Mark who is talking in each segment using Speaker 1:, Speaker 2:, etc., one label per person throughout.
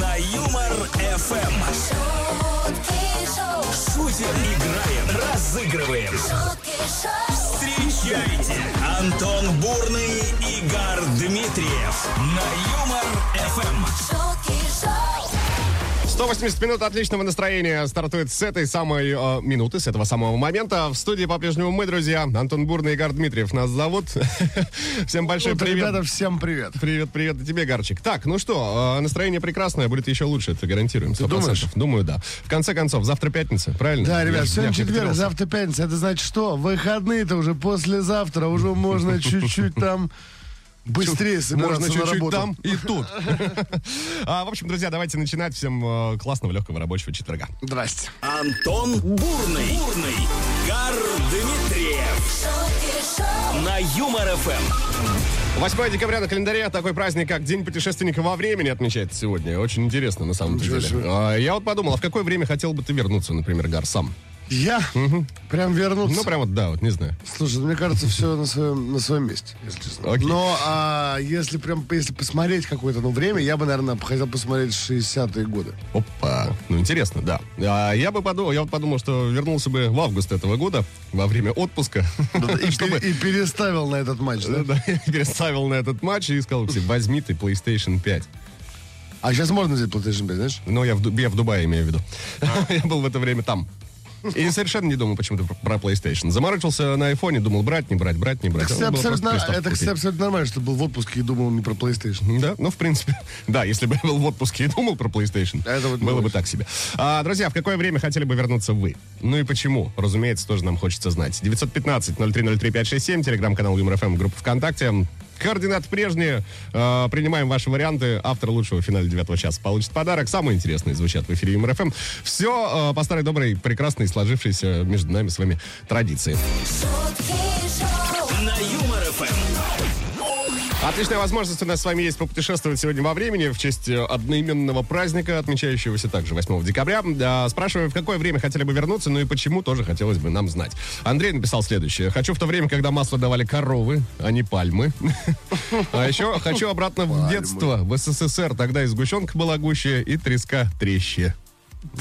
Speaker 1: На Юмор ФМ. Шутим, играем, разыгрываем. Встречайте Антон Бурный, Игорь Дмитриев на Юмор Эм. ФМ.
Speaker 2: 180 минут отличного настроения стартует с этой самой э, минуты, с этого самого момента. В студии по-прежнему мы, друзья. Антон Бурный и Игорь Дмитриев нас зовут. Всем большой
Speaker 3: Утро,
Speaker 2: привет.
Speaker 3: ребята, всем привет.
Speaker 2: Привет, привет и тебе, Гарчик. Так, ну что, э, настроение прекрасное, будет еще лучше, это гарантируем. 100%.
Speaker 3: думаешь?
Speaker 2: Думаю, да. В конце концов, завтра пятница, правильно?
Speaker 3: Да,
Speaker 2: Я
Speaker 3: ребят,
Speaker 2: ж- я
Speaker 3: сегодня
Speaker 2: ж не
Speaker 3: четверг,
Speaker 2: потерялся.
Speaker 3: завтра пятница. Это значит что? Выходные-то уже послезавтра. Уже можно чуть-чуть там быстрее собираться
Speaker 2: Можно
Speaker 3: на
Speaker 2: чуть-чуть
Speaker 3: работу.
Speaker 2: там и тут. А, В общем, друзья, давайте начинать. Всем э, классного, легкого рабочего четверга.
Speaker 3: Здрасте.
Speaker 1: Антон Бурный, Бурный, Игорь Дмитриев на Юмор Эм. ФМ.
Speaker 2: 8 декабря на календаре а такой праздник, как День путешественника во времени отмечается сегодня. Очень интересно, на самом
Speaker 3: Ничего
Speaker 2: деле.
Speaker 3: себе.
Speaker 2: А, Я вот подумал, а в какое время хотел бы ты вернуться, например, Гар, сам?
Speaker 3: Я прям вернуться.
Speaker 2: Ну, прям вот, да, вот, не знаю.
Speaker 3: Слушай, мне кажется, все на своем, на своем месте, если честно.
Speaker 2: Окей.
Speaker 3: Но а, если прям если посмотреть какое-то ну, время, я бы, наверное, хотел посмотреть 60-е годы.
Speaker 2: Опа. Ну, интересно, да. А я бы подумал, я вот подумал, что вернулся бы в август этого года, во время отпуска.
Speaker 3: И,
Speaker 2: Ну, Чтобы-
Speaker 3: пер- и переставил на этот матч, да?
Speaker 2: Да, переставил на этот матч и сказал себе, возьми ты PlayStation 5.
Speaker 3: А сейчас можно взять PlayStation 5, знаешь?
Speaker 2: Но Ну, я в, Ду- я в Дубае имею в виду.
Speaker 3: А.
Speaker 2: Я был в это время там. И совершенно не думал почему-то про- про PlayStation. Заморочился на айфоне, думал, брать, не брать, брать, не брать.
Speaker 3: Так, кстати,
Speaker 2: Надо было
Speaker 3: абсолютно,
Speaker 2: просто приставку
Speaker 3: это, кстати,
Speaker 2: купить.
Speaker 3: абсолютно нормально, что был в отпуске и думал не про PlayStation.
Speaker 2: Да, ну, в принципе, да, если бы я был в отпуске и думал про PlayStation,
Speaker 3: Это вот не
Speaker 2: было бы
Speaker 3: очень.
Speaker 2: так себе. А, друзья, в какое время хотели бы вернуться вы? Ну и почему? Разумеется, тоже нам хочется знать. 915-0303-567, телеграм-канал ЮморФМ, группа ВКонтакте. Координаты прежние. А, принимаем ваши варианты. Автор лучшего финала девятого часа получит подарок. Самые интересные звучат в эфире ЮморФМ. Все а, по старой доброй, прекрасной, сложившейся между нами с вами традиции.
Speaker 1: На Юмор Эм. ФМ.
Speaker 2: Отличная возможность у нас с вами есть попутешествовать сегодня во времени в честь э, одноименного праздника, отмечающегося также 8 декабря. Да, спрашиваю, в какое время хотели бы вернуться, ну и почему, тоже хотелось бы нам знать. Андрей написал следующее. Хочу в то время, когда масло давали коровы, а не пальмы. А еще хочу обратно в детство, в СССР. Тогда и сгущенка была гуще, и треска треще.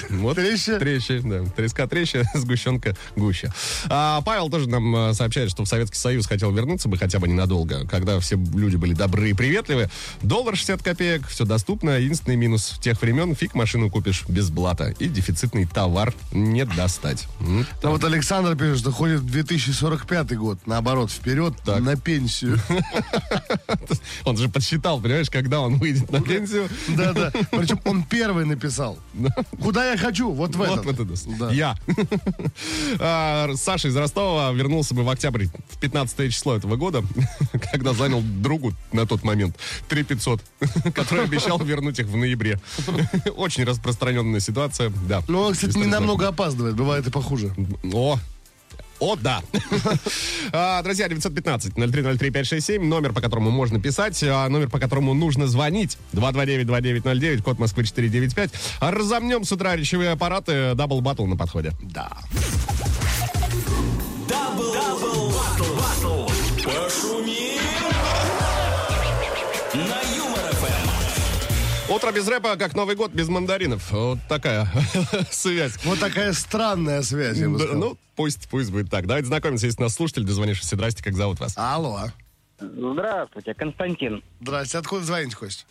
Speaker 2: Вот.
Speaker 3: Треще?
Speaker 2: Треще, да. Треска треще, сгущенка гуще. А, Павел тоже нам э, сообщает, что в Советский Союз хотел вернуться бы хотя бы ненадолго, когда все люди были добры и приветливы. Доллар 60 копеек, все доступно. Единственный минус в тех времен, фиг машину купишь без блата. И дефицитный товар не достать. М,
Speaker 3: А вот Александр пишет, что ходит в 2045 год, наоборот, вперед
Speaker 2: Так.
Speaker 3: на пенсию.
Speaker 2: Он же подсчитал, понимаешь, когда он выйдет на пенсию.
Speaker 3: Да-да. Причем он первый написал. Куда я хочу? Вот в
Speaker 2: Вот
Speaker 3: этот.
Speaker 2: вот это.
Speaker 3: Да.
Speaker 2: Я. А, Саша из Ростова вернулся бы в октябрь, в 15 число этого года, когда занял другу на тот момент 3500, который обещал вернуть их в ноябре. Очень распространенная ситуация, да.
Speaker 3: Ну, он, кстати, не намного опаздывает, бывает и похуже.
Speaker 2: О, о, да. А, Друзья, 915-0303-567, номер, по которому можно писать, а, номер, по которому нужно звонить. 229-2909, код Москвы 495. А Разомнем с утра речевые аппараты, дабл баттл на подходе.
Speaker 3: Да.
Speaker 1: Дабл, дабл, батл, батл. Пошумим. На Юмор Эм. ФМ.
Speaker 2: Утро без рэпа, как Новый год без мандаринов. Вот такая связь.
Speaker 3: Вот такая странная связь, я бы
Speaker 2: Да,
Speaker 3: сказал.
Speaker 2: ну, пусть, пусть будет так. Давайте знакомимся, если нас слушатель, дозвонившийся. Здрасте, как зовут вас?
Speaker 3: Алло.
Speaker 4: Здравствуйте, Константин.
Speaker 3: Здрасте, откуда звоните, Кость?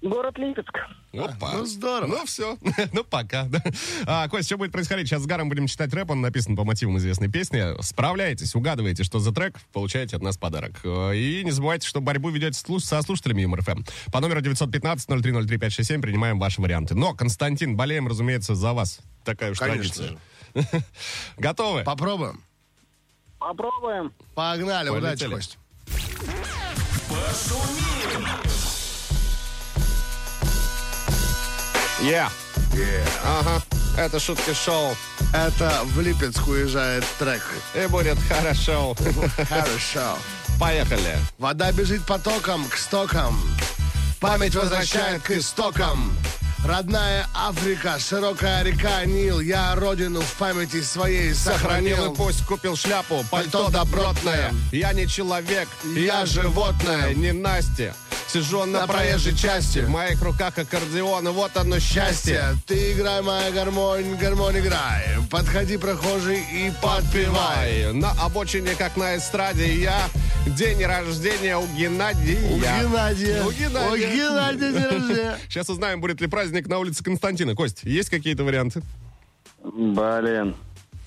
Speaker 4: Город Липецк.
Speaker 2: Опа.
Speaker 3: ну, здорово.
Speaker 2: Ну, все. ну, пока. да. А, Кость, что будет происходить? Сейчас с Гаром будем читать рэп. Он написан по мотивам известной песни. Справляйтесь, угадываете, что за трек, получаете от нас подарок. Э, И не забывайте, что борьбу ведете слу- со слушателями МРФМ. По номеру 915-0303-567 принимаем ваши варианты. Но, Константин, болеем, разумеется, за вас. Такая уж
Speaker 3: Конечно
Speaker 2: традиция. Готовы?
Speaker 3: Попробуем.
Speaker 4: Попробуем.
Speaker 3: Погнали, удачи,
Speaker 2: Полетели.
Speaker 3: Кость.
Speaker 2: Я. Ага. Это шутки шоу.
Speaker 3: Это в Липецк уезжает трек.
Speaker 2: И будет хорошо.
Speaker 3: Хорошо.
Speaker 2: Поехали.
Speaker 3: Вода бежит потоком к стокам. Память возвращает к истокам. Родная Африка, широкая река Нил. Я родину в памяти своей
Speaker 2: Сохранил
Speaker 3: сохранил.
Speaker 2: и пусть купил шляпу, пальто
Speaker 3: Пальто
Speaker 2: добротное.
Speaker 3: добротное.
Speaker 2: Я не человек, я
Speaker 3: Я
Speaker 2: животное,
Speaker 3: животное.
Speaker 2: не Настя. Сижу на,
Speaker 3: На проезжей части.
Speaker 2: В моих руках аккордеон, и вот оно счастье.
Speaker 3: Счастье, ты играй, моя гармонь, гармонь играй. Подходи, прохожий, и подпевай.
Speaker 2: Подпевай. На обочине, как на эстраде, я день рождения у Геннадия.
Speaker 3: У Геннадия.
Speaker 2: У Геннадия.
Speaker 3: У Геннадия день рождения.
Speaker 2: Сейчас узнаем, будет ли праздник на улице Константина. Кость, есть какие-то варианты?
Speaker 4: Блин,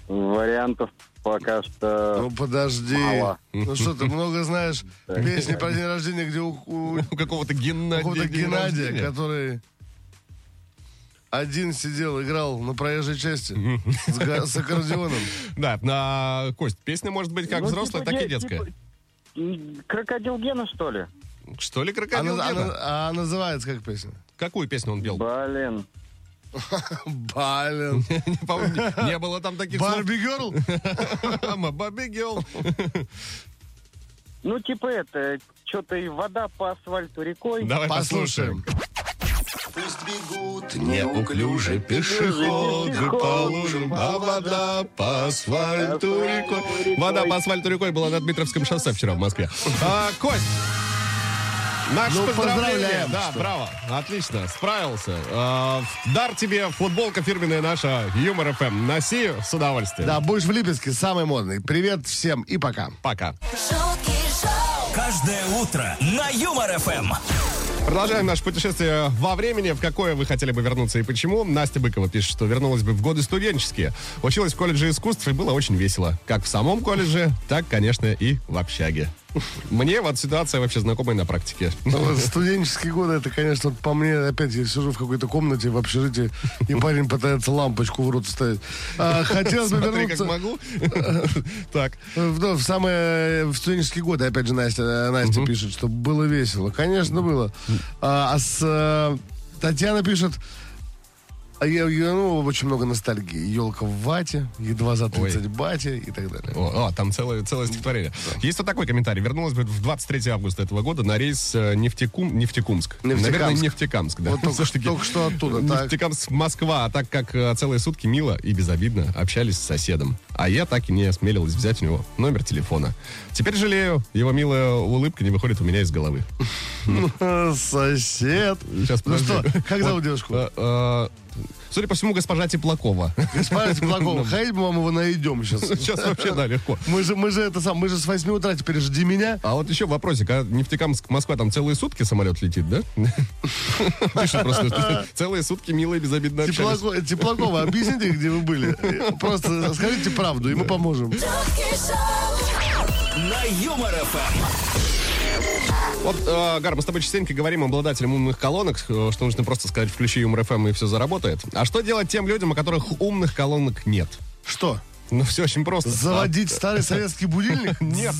Speaker 4: вариантов пока что...
Speaker 3: Ну подожди.
Speaker 4: Мало.
Speaker 3: Ну что, ты много знаешь песни про день рождения, где у- у
Speaker 2: У какого-то Геннадия.
Speaker 3: какого-то
Speaker 2: день
Speaker 3: Геннадия,
Speaker 2: рождения.
Speaker 3: который один сидел, играл на проезжей части с га- с аккордеоном.
Speaker 2: Да, на Кость, песня может быть как
Speaker 4: Ну,
Speaker 2: взрослая,
Speaker 4: типа,
Speaker 2: так и
Speaker 4: де-
Speaker 2: детская.
Speaker 4: типа, Крокодил Гена, что ли?
Speaker 2: Что ли,
Speaker 3: А
Speaker 2: крокодил
Speaker 3: на- а
Speaker 2: Гена?
Speaker 3: на- А называется как песня?
Speaker 2: Какую песню он пел?
Speaker 4: Блин.
Speaker 3: Балин.
Speaker 2: Не помню. Не было там таких слов.
Speaker 3: Барби Герл?
Speaker 2: Мама, Барби Гелл.
Speaker 4: Ну, типа это, что-то и вода по асфальту рекой.
Speaker 2: Давай послушаем.
Speaker 3: Послушаем.
Speaker 1: Пусть бегут
Speaker 2: Неуклюже пешеходы по лужам, а вода по асфальту рекой. Вода по асфальту рекой была на Дмитровском шоссе вчера в Москве. А, Кость! Наш
Speaker 3: Ну,
Speaker 2: поздравление.
Speaker 3: поздравляем,
Speaker 2: Да,
Speaker 3: что.
Speaker 2: браво. Отлично. Справился. А, в дар тебе футболка фирменная наша Юмор ФМ. Носи ее с удовольствием.
Speaker 3: Да, будешь в Липецке, самый модный. Привет всем и пока.
Speaker 2: Пока.
Speaker 5: шутки шоу,
Speaker 1: Каждое утро на Юмор Эм. ФМ.
Speaker 2: Продолжаем наше путешествие во времени. В какое вы хотели бы вернуться и почему? Настя Быкова пишет, что вернулась бы в годы студенческие. Училась в колледже искусств и было очень весело. Как в самом колледже, так, конечно, и в общаге. Мне вот ситуация вообще знакомая на практике.
Speaker 3: Ну, вот студенческие годы, это, конечно, вот по мне, опять я сижу в какой-то комнате в общежитии, и парень пытается лампочку в рот вставить. А, хотелось бы
Speaker 2: Смотри, как
Speaker 3: вернуться
Speaker 2: могу. Так.
Speaker 3: в, ну, в самые в студенческие годы, опять же, Настя, Настя пишет, что было весело. Конечно, было. А, а с, э, Татьяна пишет, а я, я, ну, очень много ностальгии. Елка в вате, едва за 30 бате и так далее.
Speaker 2: О, о, там целое, целое стихотворение. Есть вот такой комментарий. Вернулась бы в 23 августа этого года на рейс э, Нефтекум, Нефтекумск.
Speaker 3: Нефтекамск.
Speaker 2: Наверное, Нефтекамск, да.
Speaker 3: Вот только-
Speaker 2: Слушайте,
Speaker 3: только что оттуда, так.
Speaker 2: Нефтекамск, Москва. А так как э, целые сутки мило и безобидно общались с соседом. А я так и не осмелилась взять у него номер телефона. Теперь жалею, его милая улыбка не выходит у меня из головы.
Speaker 3: Сосед.
Speaker 2: Сейчас,
Speaker 3: ну
Speaker 2: подожди.
Speaker 3: что, как зовут девушку?
Speaker 2: Э, э, Судя по всему, госпожа Теплакова.
Speaker 3: Смотрите, Плакова, ходить мы вам его найдем сейчас.
Speaker 2: Сейчас вообще, да, легко.
Speaker 3: Мы же, мы же это сам, мы же с 8 утра теперь жди меня.
Speaker 2: А вот еще вопросик, а Нефтекамск, Москва, там целые сутки самолет летит, да? Пишут просто, что целые сутки милые безобидно общались.
Speaker 3: Теплако- Теплакова, объясните, где вы были. Просто скажите правду, и мы поможем.
Speaker 5: шутки шоу,
Speaker 1: На Юмор Эм. ФМ.
Speaker 2: Вот, э, Гар, мы с тобой частенько говорим обладателям умных колонок, э, что нужно просто сказать, включи Юмор ФМ и все заработает. А что делать тем людям, у которых умных колонок нет?
Speaker 3: Что?
Speaker 2: Ну, все очень просто.
Speaker 3: Заводить старый советский будильник?
Speaker 2: Нет.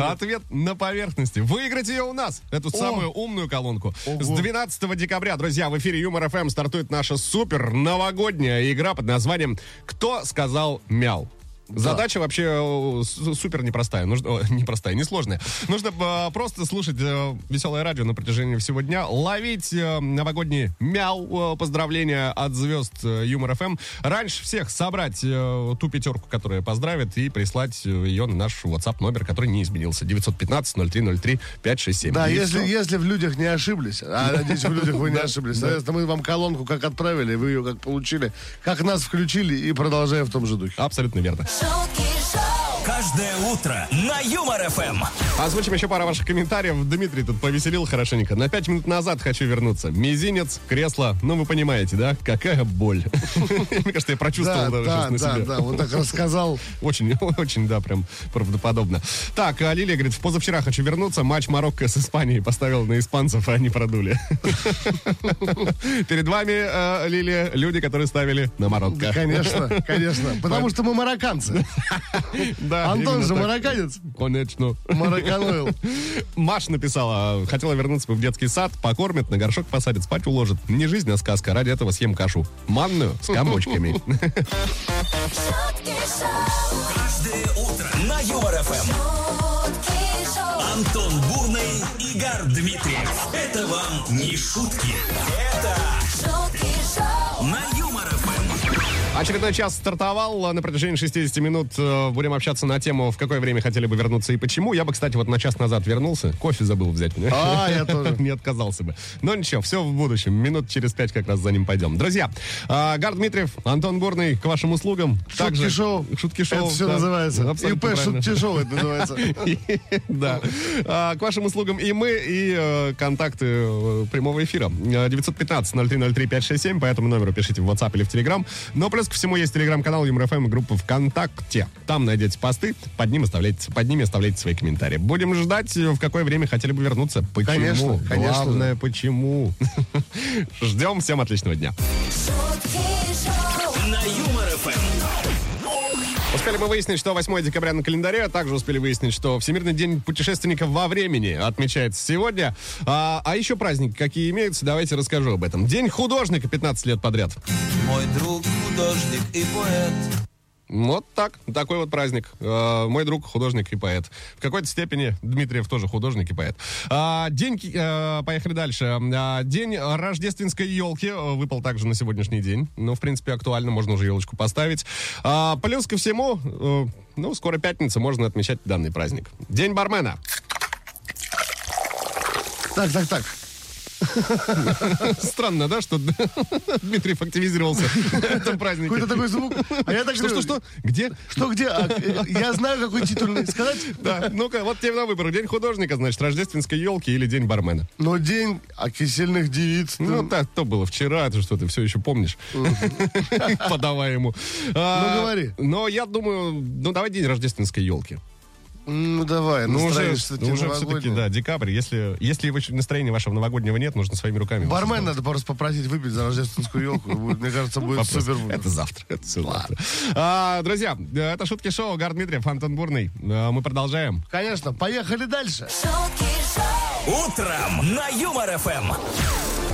Speaker 2: Ответ на поверхности. Выиграть ее у нас, эту самую умную колонку.
Speaker 3: Ого.
Speaker 2: С 12 декабря, друзья, в эфире Юмор ФМ стартует наша супер новогодняя игра под названием «Кто сказал мяу?». Задача вообще э, с- супер непростая. Нужно, о, непростая, несложная. Нужно э, просто слушать э, веселое радио на протяжении всего дня, ловить э, новогодние мяу, э, поздравления от звезд э, Юмор ФМ. Раньше всех собрать э, ту пятерку, которая поздравит, и прислать э, ее на наш WhatsApp номер, который не изменился. 915-0303-567.
Speaker 3: Да,
Speaker 2: И
Speaker 3: если,
Speaker 2: всё.
Speaker 3: если в людях не ошиблись, а надеюсь, в людях вы не ошиблись, соответственно, мы вам колонку как отправили, вы ее как получили, как нас включили и продолжаем в том же духе.
Speaker 2: Абсолютно верно.
Speaker 5: шутки шоу,
Speaker 1: Каждое утро на Юмор ФМ.
Speaker 2: Озвучим еще пару ваших комментариев. Дмитрий тут повеселил хорошенько. На пять минут назад хочу вернуться. Мизинец, кресло. Ну, вы понимаете, да? Какая боль. Мне кажется, я
Speaker 3: Да,
Speaker 2: прочувствовал даже
Speaker 3: да,
Speaker 2: сейчас на
Speaker 3: да,
Speaker 2: себе.
Speaker 3: да, вот так рассказал.
Speaker 2: Очень, очень, да, прям правдоподобно. Так, а Лилия говорит, в позавчера хочу вернуться. Матч Марокко с Испанией поставил на испанцев, а они продули. Перед вами, э, Лилия, люди, которые ставили на Марокко.
Speaker 3: Конечно, конечно. Потому что мы марокканцы.
Speaker 2: Да,
Speaker 3: Антон
Speaker 2: именно
Speaker 3: же
Speaker 2: так.
Speaker 3: марокканец.
Speaker 2: Конечно.
Speaker 3: Марокканоил.
Speaker 2: Маш написала, хотела вернуться бы в детский сад, покормят, на горшок посадят, спать уложат. Не жизнь, а сказка. Ради этого съем кашу. Манную с комочками.
Speaker 5: шутки шоу,
Speaker 1: Каждое утро на Юмор ФМ.
Speaker 5: шутки шоу,
Speaker 1: Антон Бурный, Игорь Дмитриев. Это вам не шутки. Это
Speaker 5: шутки шоу,
Speaker 1: на Юмор ФМ.
Speaker 2: Очередной час стартовал. На протяжении 60 минут э, будем общаться на тему, в какое время хотели бы вернуться и почему. Я бы, кстати, вот на час назад вернулся. Кофе забыл взять.
Speaker 3: А, я тоже.
Speaker 2: Не отказался бы. Но ничего, все в будущем. Минут через пять как раз за ним пойдем. Друзья, э, Гар Дмитриев, Антон Горный, к вашим услугам.
Speaker 3: Шутки шоу.
Speaker 2: Шутки шоу.
Speaker 3: Это все
Speaker 2: да.
Speaker 3: называется.
Speaker 2: Абсолютно
Speaker 3: ИП
Speaker 2: правильно.
Speaker 3: шутки шоу это называется.
Speaker 2: Да. А, К вашим услугам и мы, и э, контакты э, прямого эфира. Э, 915-0303-567, по этому номеру пишите в WhatsApp или в Telegram. Но плюс ко всему есть телеграм-канал ЮморФМ и Эм, группа ВКонтакте. Там найдете посты, под, ним оставляйте, под ними оставляйте свои комментарии. Будем ждать, э, в какое время хотели бы вернуться. Почему?
Speaker 3: Конечно, конечно.
Speaker 2: Главное, почему. Ждем. Всем отличного дня.
Speaker 5: шутки шоу,
Speaker 1: На Юмор ФМ.
Speaker 2: Успели мы выяснить, что 8 декабря на календаре, а также успели выяснить, что Всемирный день путешественников во времени отмечается сегодня. А, а еще праздники какие имеются, давайте расскажу об этом. День художника 15 лет подряд.
Speaker 6: Мой друг художник и поэт.
Speaker 2: Вот так, такой вот праздник. Э, мой друг художник и поэт. В какой-то степени Дмитриев тоже художник и поэт. А, день, ки- э, поехали дальше. А, день рождественской елки э, выпал также на сегодняшний день. Ну, в принципе, актуально, можно уже елочку поставить. А, плюс ко всему, э, ну, скоро пятница, можно отмечать данный праздник. День бармена.
Speaker 3: Так, так, так.
Speaker 2: Странно, да, что Дмитриев активизировался в этом празднике.
Speaker 3: Какой-то такой звук. А я так
Speaker 2: Что, что,
Speaker 3: говорю,
Speaker 2: что? Где?
Speaker 3: Что, где? А, э, Я знаю, какой титульный. Сказать?
Speaker 2: Да, ну-ка, вот тебе на выбор. День художника, значит, рождественской елки или день бармена.
Speaker 3: Но день окисельных девиц. ты-
Speaker 2: Ну, так, то было вчера, это что ты все еще помнишь. Подавай ему. А,
Speaker 3: Ну, говори.
Speaker 2: Но я думаю, ну, давай день рождественской елки.
Speaker 3: Ну, давай,
Speaker 2: Ну,
Speaker 3: настроение
Speaker 2: уже,
Speaker 3: что-то
Speaker 2: ну, уже
Speaker 3: новогоднее.
Speaker 2: все-таки, да, декабрь. Если, если вы- настроения вашего новогоднего нет, нужно своими руками. его
Speaker 3: Бармен
Speaker 2: создавать.
Speaker 3: надо просто попросить выпить за рождественскую елку. Мне кажется, будет
Speaker 2: Вопрос.
Speaker 3: супер.
Speaker 2: Это завтра. Это всё завтра. А, друзья, это шутки шоу. Гар Дмитриев, Антон Бурный. А, Мы продолжаем.
Speaker 3: Конечно, поехали дальше.
Speaker 5: шутки шоу,
Speaker 1: Утром на Юмор ФМ.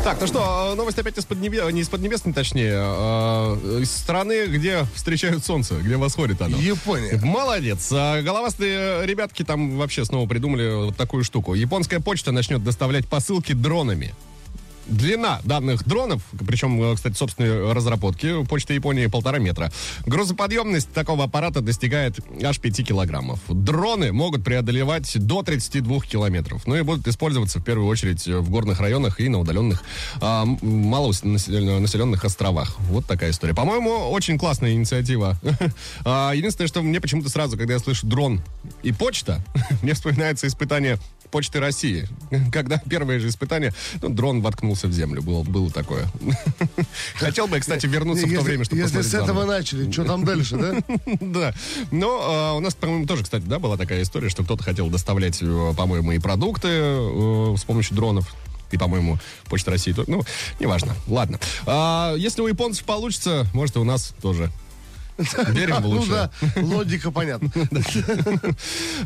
Speaker 2: Так, ну что, э, новость опять из-под небес, не из-под небесной, точнее, э, из страны, где встречают солнце, где восходит оно.
Speaker 3: Япония.
Speaker 2: Молодец. А Головастые ребятки там вообще снова придумали вот такую штуку. Японская почта начнет доставлять посылки дронами. Длина данных дронов, причем, э, кстати, собственной разработки Почты Японии полтора метра. Грузоподъемность такого аппарата достигает аж 5 килограммов. Дроны могут преодолевать до 32 километров. Ну и будут использоваться в первую очередь э, в горных районах и на удаленных а, м, малонаселенных населенных островах. Вот такая история. По-моему, очень классная инициатива. А, Единственное, что мне почему-то сразу, когда я слышу дрон и почта, мне вспоминается испытание Почты России, когда первое же испытание, ну, дрон воткнулся в землю, было, было такое. Хотел бы, я, кстати, вернуться в то
Speaker 3: Если-
Speaker 2: время, чтобы
Speaker 3: Если
Speaker 2: посмотреть
Speaker 3: с этого
Speaker 2: заново.
Speaker 3: начали, что там дальше, да?
Speaker 2: Да. Но а, у нас, по-моему, тоже, кстати, да, была такая история, что кто-то хотел доставлять, э, по-моему, и продукты э, с помощью дронов. И, по-моему, Почта России тоже. Ну, неважно. Ладно. А, если у японцев получится, может, и у нас тоже. Верим в
Speaker 3: Ну
Speaker 2: лучшее.
Speaker 3: да, логика понятна.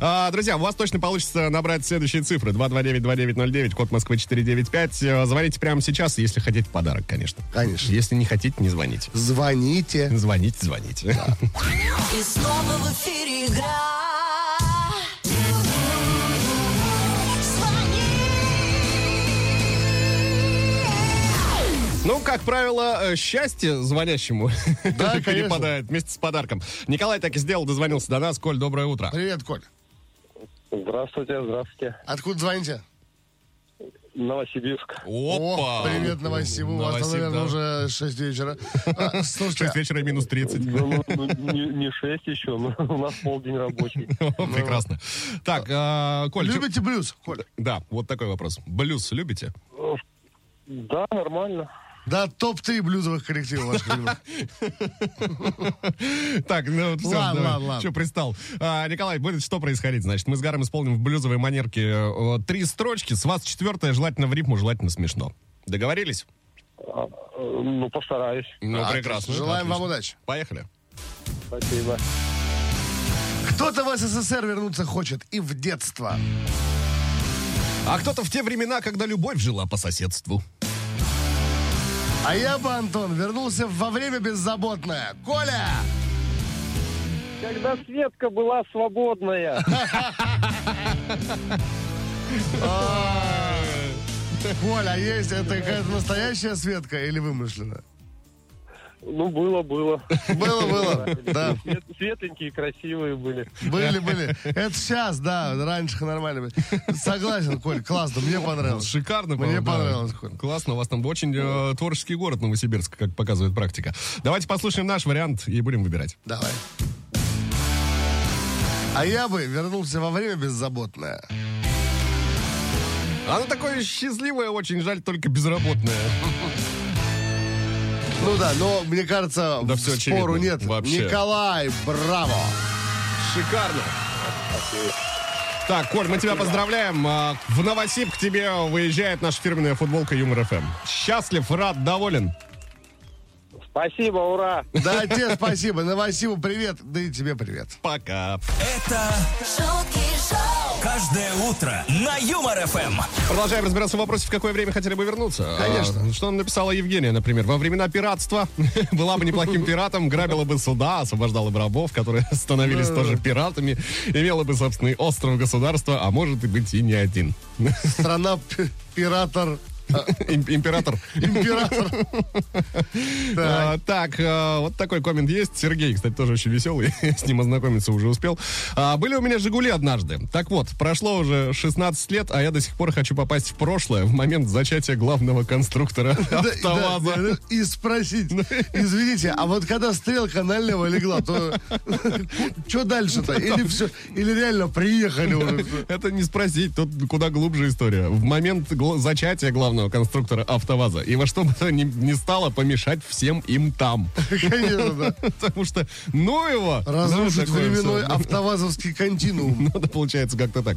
Speaker 2: А, Друзья, у вас точно получится набрать следующие цифры. 229-2909, код Москвы 495. Э, Звоните прямо сейчас, если хотите подарок, конечно.
Speaker 3: Конечно.
Speaker 2: Если не хотите, не звоните.
Speaker 3: Звоните.
Speaker 2: Звоните, звоните.
Speaker 5: и снова в эфире игра. Звони.
Speaker 2: Ну, как правило, э, счастье звонящему
Speaker 3: конечно.
Speaker 2: перепадает вместе с подарком. Николай так и сделал, дозвонился до нас. Коль, доброе утро.
Speaker 3: Привет, Коль.
Speaker 4: Здравствуйте, здравствуйте.
Speaker 3: Откуда звоните?
Speaker 4: Новосибирск.
Speaker 2: Опа!
Speaker 3: О, привет, Новосиб. У вас,
Speaker 2: Новосиб,
Speaker 3: наверное,
Speaker 2: да.
Speaker 3: уже 6 вечера. А,
Speaker 2: Шесть
Speaker 3: Слушайте,
Speaker 2: вечера и минус 30.
Speaker 4: Ну, ну, не, не 6 еще, но у нас полдень рабочий.
Speaker 3: Ну.
Speaker 2: Прекрасно. Так, э, Коль, чё-
Speaker 3: любите блюз, Коль?
Speaker 2: да, вот такой вопрос. Блюз любите?
Speaker 4: Да, нормально.
Speaker 3: Да, топ-3 блюзовых коллективов ваших любимых.
Speaker 2: Так, ну все,
Speaker 3: Ладно, ладно, ладно.
Speaker 2: Че пристал? А, Николай, будет что происходить? Значит, мы с Гаром исполним в блюзовой манерке э, три строчки, с вас четвертая, желательно в рифму, желательно смешно. Договорились?
Speaker 4: А, э, Ну, постараюсь.
Speaker 2: Ну,
Speaker 3: Отлично.
Speaker 2: прекрасно.
Speaker 3: Желаем
Speaker 2: Отлично.
Speaker 3: вам удачи.
Speaker 2: Поехали.
Speaker 4: Спасибо.
Speaker 3: Кто-то в СССР вернуться хочет и в детство.
Speaker 2: А кто-то в те времена, когда любовь жила по соседству.
Speaker 3: А я бы, Антон, вернулся во время беззаботное. Коля!
Speaker 4: Когда Светка была свободная.
Speaker 3: а Коля, есть это какая-то настоящая Светка или вымышленная?
Speaker 4: Ну, было, было.
Speaker 3: Было, было. Да.
Speaker 4: Свет- светленькие, красивые были.
Speaker 3: Были, были. Это сейчас, да. Раньше нормально было. Согласен, Коль, классно, мне понравилось.
Speaker 2: Шикарно.
Speaker 3: Мне
Speaker 2: по-моему, да.
Speaker 3: понравилось, Коль.
Speaker 2: Классно, у вас там очень э, творческий город Новосибирск, как показывает практика. Давайте послушаем наш вариант и будем выбирать.
Speaker 3: Давай. А я бы вернулся во время беззаботное.
Speaker 2: Она А такое счастливое, очень жаль, только безработная.
Speaker 3: Ну да, но мне кажется,
Speaker 2: Да
Speaker 3: в
Speaker 2: всё
Speaker 3: спору
Speaker 2: очевидно,
Speaker 3: нет.
Speaker 2: вообще.
Speaker 3: Николай, браво!
Speaker 2: Шикарно. Так, Коль, мы тебя поздравляем. А, В Новосиб к тебе выезжает наша фирменная футболка Юмор ФМ. Счастлив, рад, доволен.
Speaker 4: Спасибо, ура!
Speaker 3: Да, тебе спасибо. Новосибу привет. Да и тебе привет.
Speaker 2: Пока.
Speaker 1: Это
Speaker 5: шутки шоу,
Speaker 1: каждое утро на Юмор ФМ.
Speaker 2: Продолжаем разбираться в вопросе, в какое время хотели бы вернуться.
Speaker 3: Конечно.
Speaker 2: А, что нам написала Евгения, например? Во времена пиратства была бы неплохим пиратом, грабила бы суда, освобождала бы рабов, которые становились тоже пиратами, имела бы собственный остров государства, а может и быть и не один.
Speaker 3: Страна пи- пиратор.
Speaker 2: Им- Император.
Speaker 3: Император.
Speaker 2: А, Так, э, вот такой коммент есть. Сергей, кстати, тоже очень веселый. С ним ознакомиться уже успел. А, Были у меня «Жигули» однажды. Так вот, прошло уже 16 лет, а я до сих пор хочу попасть в прошлое, в момент зачатия главного конструктора
Speaker 3: Да, да,
Speaker 2: автоваза.
Speaker 3: да. И спросить, извините, а вот когда стрелка налево легла, то что дальше-то? Или все, или реально приехали уже?
Speaker 2: Это не спросить, тут куда глубже история. В момент гл- зачатия главного конструктора автоваза. И во что бы то ни, ни стало помешать всем им там.
Speaker 3: Конечно, да.
Speaker 2: Потому что, ну его!
Speaker 3: Разрушить
Speaker 2: Ну, такое
Speaker 3: временной
Speaker 2: всё.
Speaker 3: автовазовский континуум.
Speaker 2: Надо, получается, как-то так.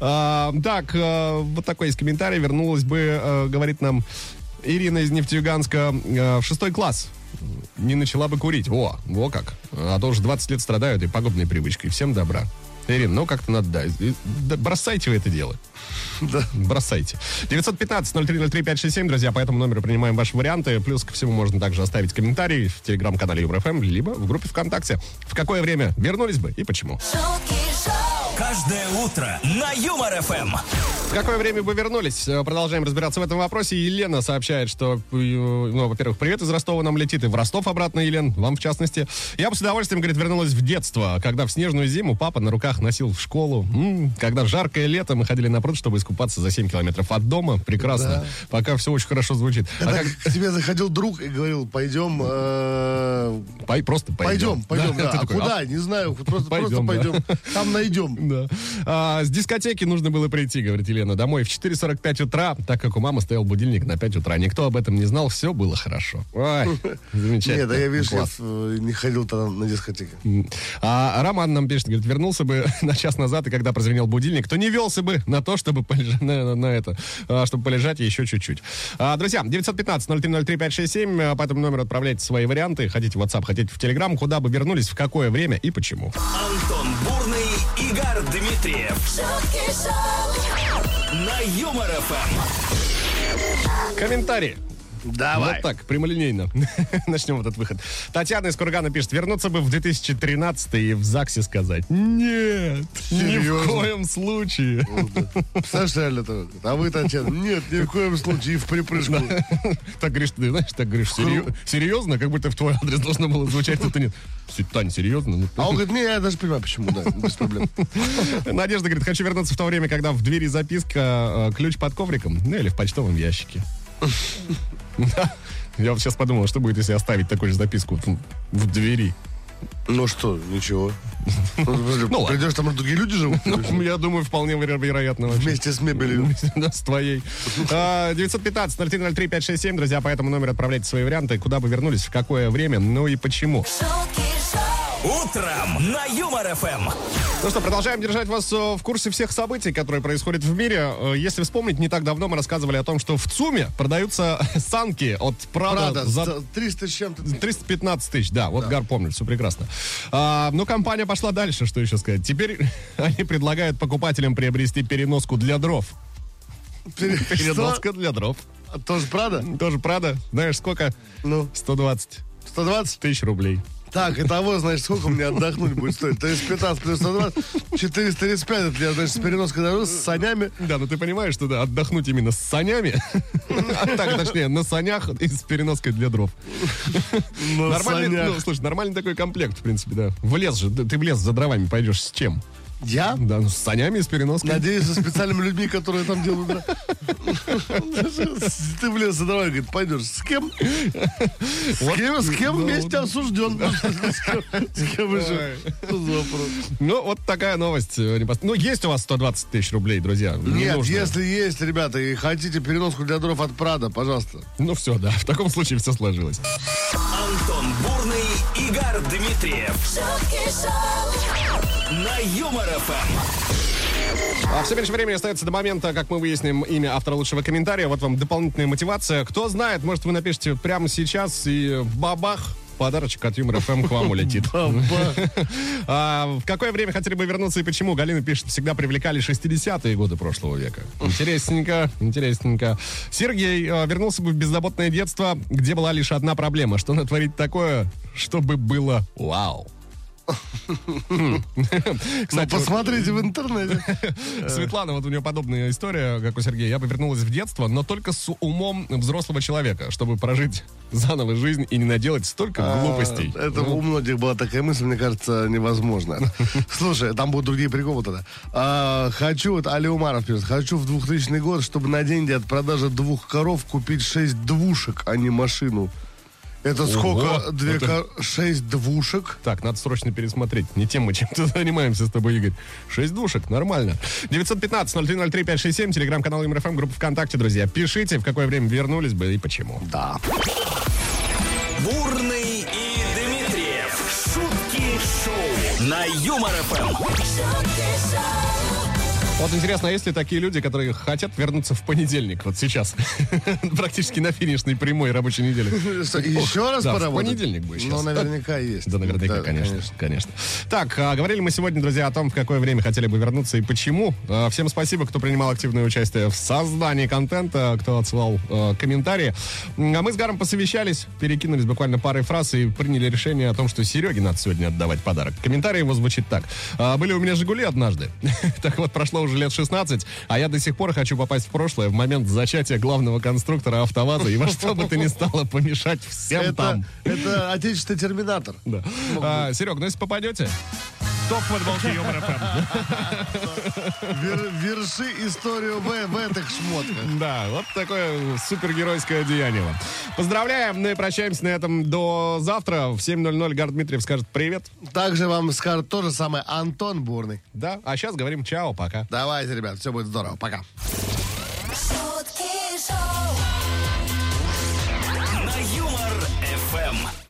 Speaker 2: А, так, а, вот такой из комментарий. Вернулась бы, а, говорит нам Ирина из Нефтеюганска, а, в шестой класс. Не начала бы курить. О, во как. А то уже 20 лет страдают и пагубной привычкой. Всем добра. Ирина, ну как-то надо, да, и- да бросайте вы это дело.
Speaker 3: Да.
Speaker 2: Бросайте. 915-0303-567, друзья, по этому номеру принимаем ваши варианты. Плюс ко всему можно также оставить комментарий в телеграм-канале ЮморФМ, либо в группе ВКонтакте. В какое время вернулись бы и почему?
Speaker 5: шутки шоу,
Speaker 1: Каждое утро на Юмор ФМ.
Speaker 2: В какое время бы вернулись? Э, Продолжаем разбираться в этом вопросе. Елена сообщает, что, э, ну, во-первых, привет из Ростова нам летит, и в Ростов обратно, Елен, вам в частности. Я бы с удовольствием, говорит, вернулась в детство, когда в снежную зиму папа на руках носил в школу. М, когда жаркое лето, мы ходили на пруд, чтобы искупаться за 7 километров от дома. Прекрасно. Пока все очень хорошо звучит. А
Speaker 3: Когда
Speaker 2: как-
Speaker 3: к тебе заходил друг и говорил, пойдем, э,
Speaker 2: Пой- просто пойдем.
Speaker 3: пойдем, пойдем, да.
Speaker 2: ты
Speaker 3: А
Speaker 2: такой,
Speaker 3: куда? Не знаю, просто просто
Speaker 2: Пойдем, да.
Speaker 3: пойдем. Там найдем.
Speaker 2: Да. А, с дискотеки нужно было прийти, говорит Елена, домой в 4.45 утра, так как у мамы стоял будильник на 5 утра. Никто об этом не знал, все было хорошо. Ой, замечательно.
Speaker 3: Нет, да я, видишь, я
Speaker 2: Класс.
Speaker 3: э, не ходил тогда на дискотеке.
Speaker 2: А Роман нам пишет, говорит, вернулся бы на час назад, и когда прозвенел будильник, то не велся бы на то, чтобы полежа- на, на- на это, а, чтобы полежать еще чуть-чуть. А, друзья, 915-0303-567, а, по этому номеру отправляйте свои варианты, хотите в WhatsApp, хотите в Telegram, куда бы вернулись, в какое время и почему.
Speaker 1: Антон Бурный, Игорь Дмитриев
Speaker 5: шутки шоу,
Speaker 1: на Юмор ФМ.
Speaker 2: Комментарии.
Speaker 3: Давай.
Speaker 2: Вот так, прямолинейно. Начнем этот выход. Татьяна из Кургана пишет, вернуться бы в 2013 и в ЗАГСе сказать. Нет, ни в
Speaker 3: Серьезно?
Speaker 2: коем случае.
Speaker 3: Представляешь, реально это? А вы, Татьяна, нет, ни в коем случае, и в припрыжку.
Speaker 2: Так говоришь, ты знаешь, так говоришь, серьё- серьезно, как будто в твой адрес должно было звучать, это нет. Се- Тань, серьезно? Ну,
Speaker 3: А он говорит, не, я даже понимаю, почему, да, без проблем.
Speaker 2: Надежда говорит, хочу вернуться в то время, когда в двери записка э, ключ под ковриком, ну или в почтовом ящике. Да. Я вот сейчас подумал, что будет, если оставить такую же записку в- в двери.
Speaker 3: Ну что, ничего. Ну, Придешь, там другие люди живут.
Speaker 2: Ну, Я думаю, вполне веро- вероятно. вообще.
Speaker 3: Вместе с мебелью.
Speaker 2: Да, с твоей. А, 915-0303-567, друзья, по этому номеру отправляйте свои варианты, куда бы вернулись, в какое время, ну и почему.
Speaker 5: шутки шоу,
Speaker 1: Утром на Юмор ФМ.
Speaker 2: Ну что, продолжаем держать вас э, в курсе всех событий, которые происходят в мире. Э, Если вспомнить, не так давно мы рассказывали о том, что в ЦУМе продаются санки от Прада
Speaker 3: Правда,
Speaker 2: за...
Speaker 3: 300 с чем-то.
Speaker 2: 315 тысяч, да, вот Гар помнит, все прекрасно. А, но компания пошла дальше, что еще сказать. Теперь они предлагают покупателям приобрести переноску для дров.
Speaker 3: Переноска.
Speaker 2: Переноска для дров.
Speaker 3: а Тоже правда?
Speaker 2: Тоже Прада. Знаешь, сколько?
Speaker 3: Ну,
Speaker 2: 120
Speaker 3: 120?
Speaker 2: тысяч рублей.
Speaker 3: Так, итого, значит, сколько мне отдохнуть будет стоить? То есть 15 плюс 120, 435, это я, значит, с переноской дорожи, с санями.
Speaker 2: Да, но ты понимаешь, что да, отдохнуть именно с санями, а так, точнее, на санях и с переноской для дров.
Speaker 3: На
Speaker 2: Нормальный,
Speaker 3: санях.
Speaker 2: ну, слушай, нормальный такой комплект, в принципе, да. В лес же, ты ты в лес за дровами пойдешь с чем?
Speaker 3: Я?
Speaker 2: Да, ну, с санями и с переноской.
Speaker 3: Надеюсь, со специальными людьми, которые там делают. да. Ты в лес давай, говорит, пойдешь. С кем? С кем, с кем
Speaker 2: Ну, да,
Speaker 3: вместе
Speaker 2: вот.
Speaker 3: осужден? С кем- С кем еще? Что за вопрос?
Speaker 2: Ну, вот такая новость. э, непос- Ну, есть у вас 120 тысяч рублей, друзья. Не
Speaker 3: Нет,
Speaker 2: нужно.
Speaker 3: если есть, ребята, и хотите переноску для дров от Прада, пожалуйста.
Speaker 2: Ну, все, да, в таком случае все сложилось.
Speaker 1: Антон Бурный, Игорь Дмитриев.
Speaker 5: шутки шоу,
Speaker 1: На Юмор ФМ.
Speaker 2: А все меньше времени остается до момента, как мы выясним имя автора лучшего комментария. Вот вам дополнительная мотивация. Кто знает, может, вы напишите прямо сейчас и бабах, подарочек от Юмор ФМ к вам улетит. А В какое время хотели бы вернуться и почему? Галина пишет, всегда привлекали 60-е годы прошлого века. Интересненько, интересненько. Сергей э, вернулся бы в беззаботное детство, где была лишь одна проблема. Что натворить такое, чтобы было вау? Хм.
Speaker 3: Ну,
Speaker 2: Кстати, вот- э,
Speaker 3: посмотрите в интернете. Э.
Speaker 2: Светлана, вот у нее подобная история, как у Сергея. Я бы вернулась в детство, но только с умом взрослого человека, чтобы прожить заново жизнь и не наделать столько глупостей.
Speaker 3: А,
Speaker 2: Ну.
Speaker 3: Это у многих была такая мысль, мне кажется, невозможно. Слушай, там будут другие приколы тогда. А, хочу, вот Али Умаров пишет, хочу в 2000 год, чтобы на деньги от продажи двух коров купить шесть двушек, а не машину. Это сколько? Две
Speaker 2: Это-
Speaker 3: кор- Шесть двушек?
Speaker 2: Так, надо срочно пересмотреть. Не тем мы чем-то занимаемся с тобой, Игорь. Шесть душек, нормально. 915-0303-567, телеграм-канал МРФМ, группа ВКонтакте, друзья. Пишите, в какое время вернулись бы и почему.
Speaker 3: Да.
Speaker 1: Бурный и Дмитриев. Шутки шоу. На Юмор ФМ.
Speaker 5: шутки шоу,
Speaker 2: Вот интересно, а есть ли такие люди, которые хотят вернуться в понедельник, вот сейчас? Практически на финишной прямой рабочей недели.
Speaker 3: Что, еще раз
Speaker 2: Да, в
Speaker 3: поработать?
Speaker 2: понедельник бы
Speaker 3: Ну,
Speaker 2: сейчас.
Speaker 3: наверняка есть.
Speaker 2: Да, наверняка,
Speaker 3: Да,
Speaker 2: конечно, конечно. Так, а, говорили мы сегодня, друзья, о том, в какое время хотели бы вернуться и почему. А, Всем спасибо, кто принимал активное участие в создании контента, кто отсылал э, комментарии. М, А мы с Гаром посовещались, перекинулись буквально парой фраз и приняли решение о том, что Сереге надо сегодня отдавать подарок. Комментарий его звучит так. «А, Были у меня «Жигули» однажды. Так вот, прошло уже лет 16, а я до сих пор хочу попасть в прошлое, в момент зачатия главного конструктора «АвтоВАЗа» и во что бы то ни стало помешать всем
Speaker 3: Это,
Speaker 2: там.
Speaker 3: это отечественный терминатор.
Speaker 2: Да. А, Серег, ну если попадете, то в футболке юмора ФМ.
Speaker 3: Вер- верши историю в, в этих шмотках.
Speaker 2: Да, вот такое супергеройское деяние вам. Поздравляем, ну и прощаемся на этом до завтра. В 7.00 Гар Дмитриев скажет привет.
Speaker 3: Также вам скажет то же самое Антон Бурный.
Speaker 2: Да, а сейчас говорим чао, пока.
Speaker 3: Давайте, ребят, все будет здорово. Пока.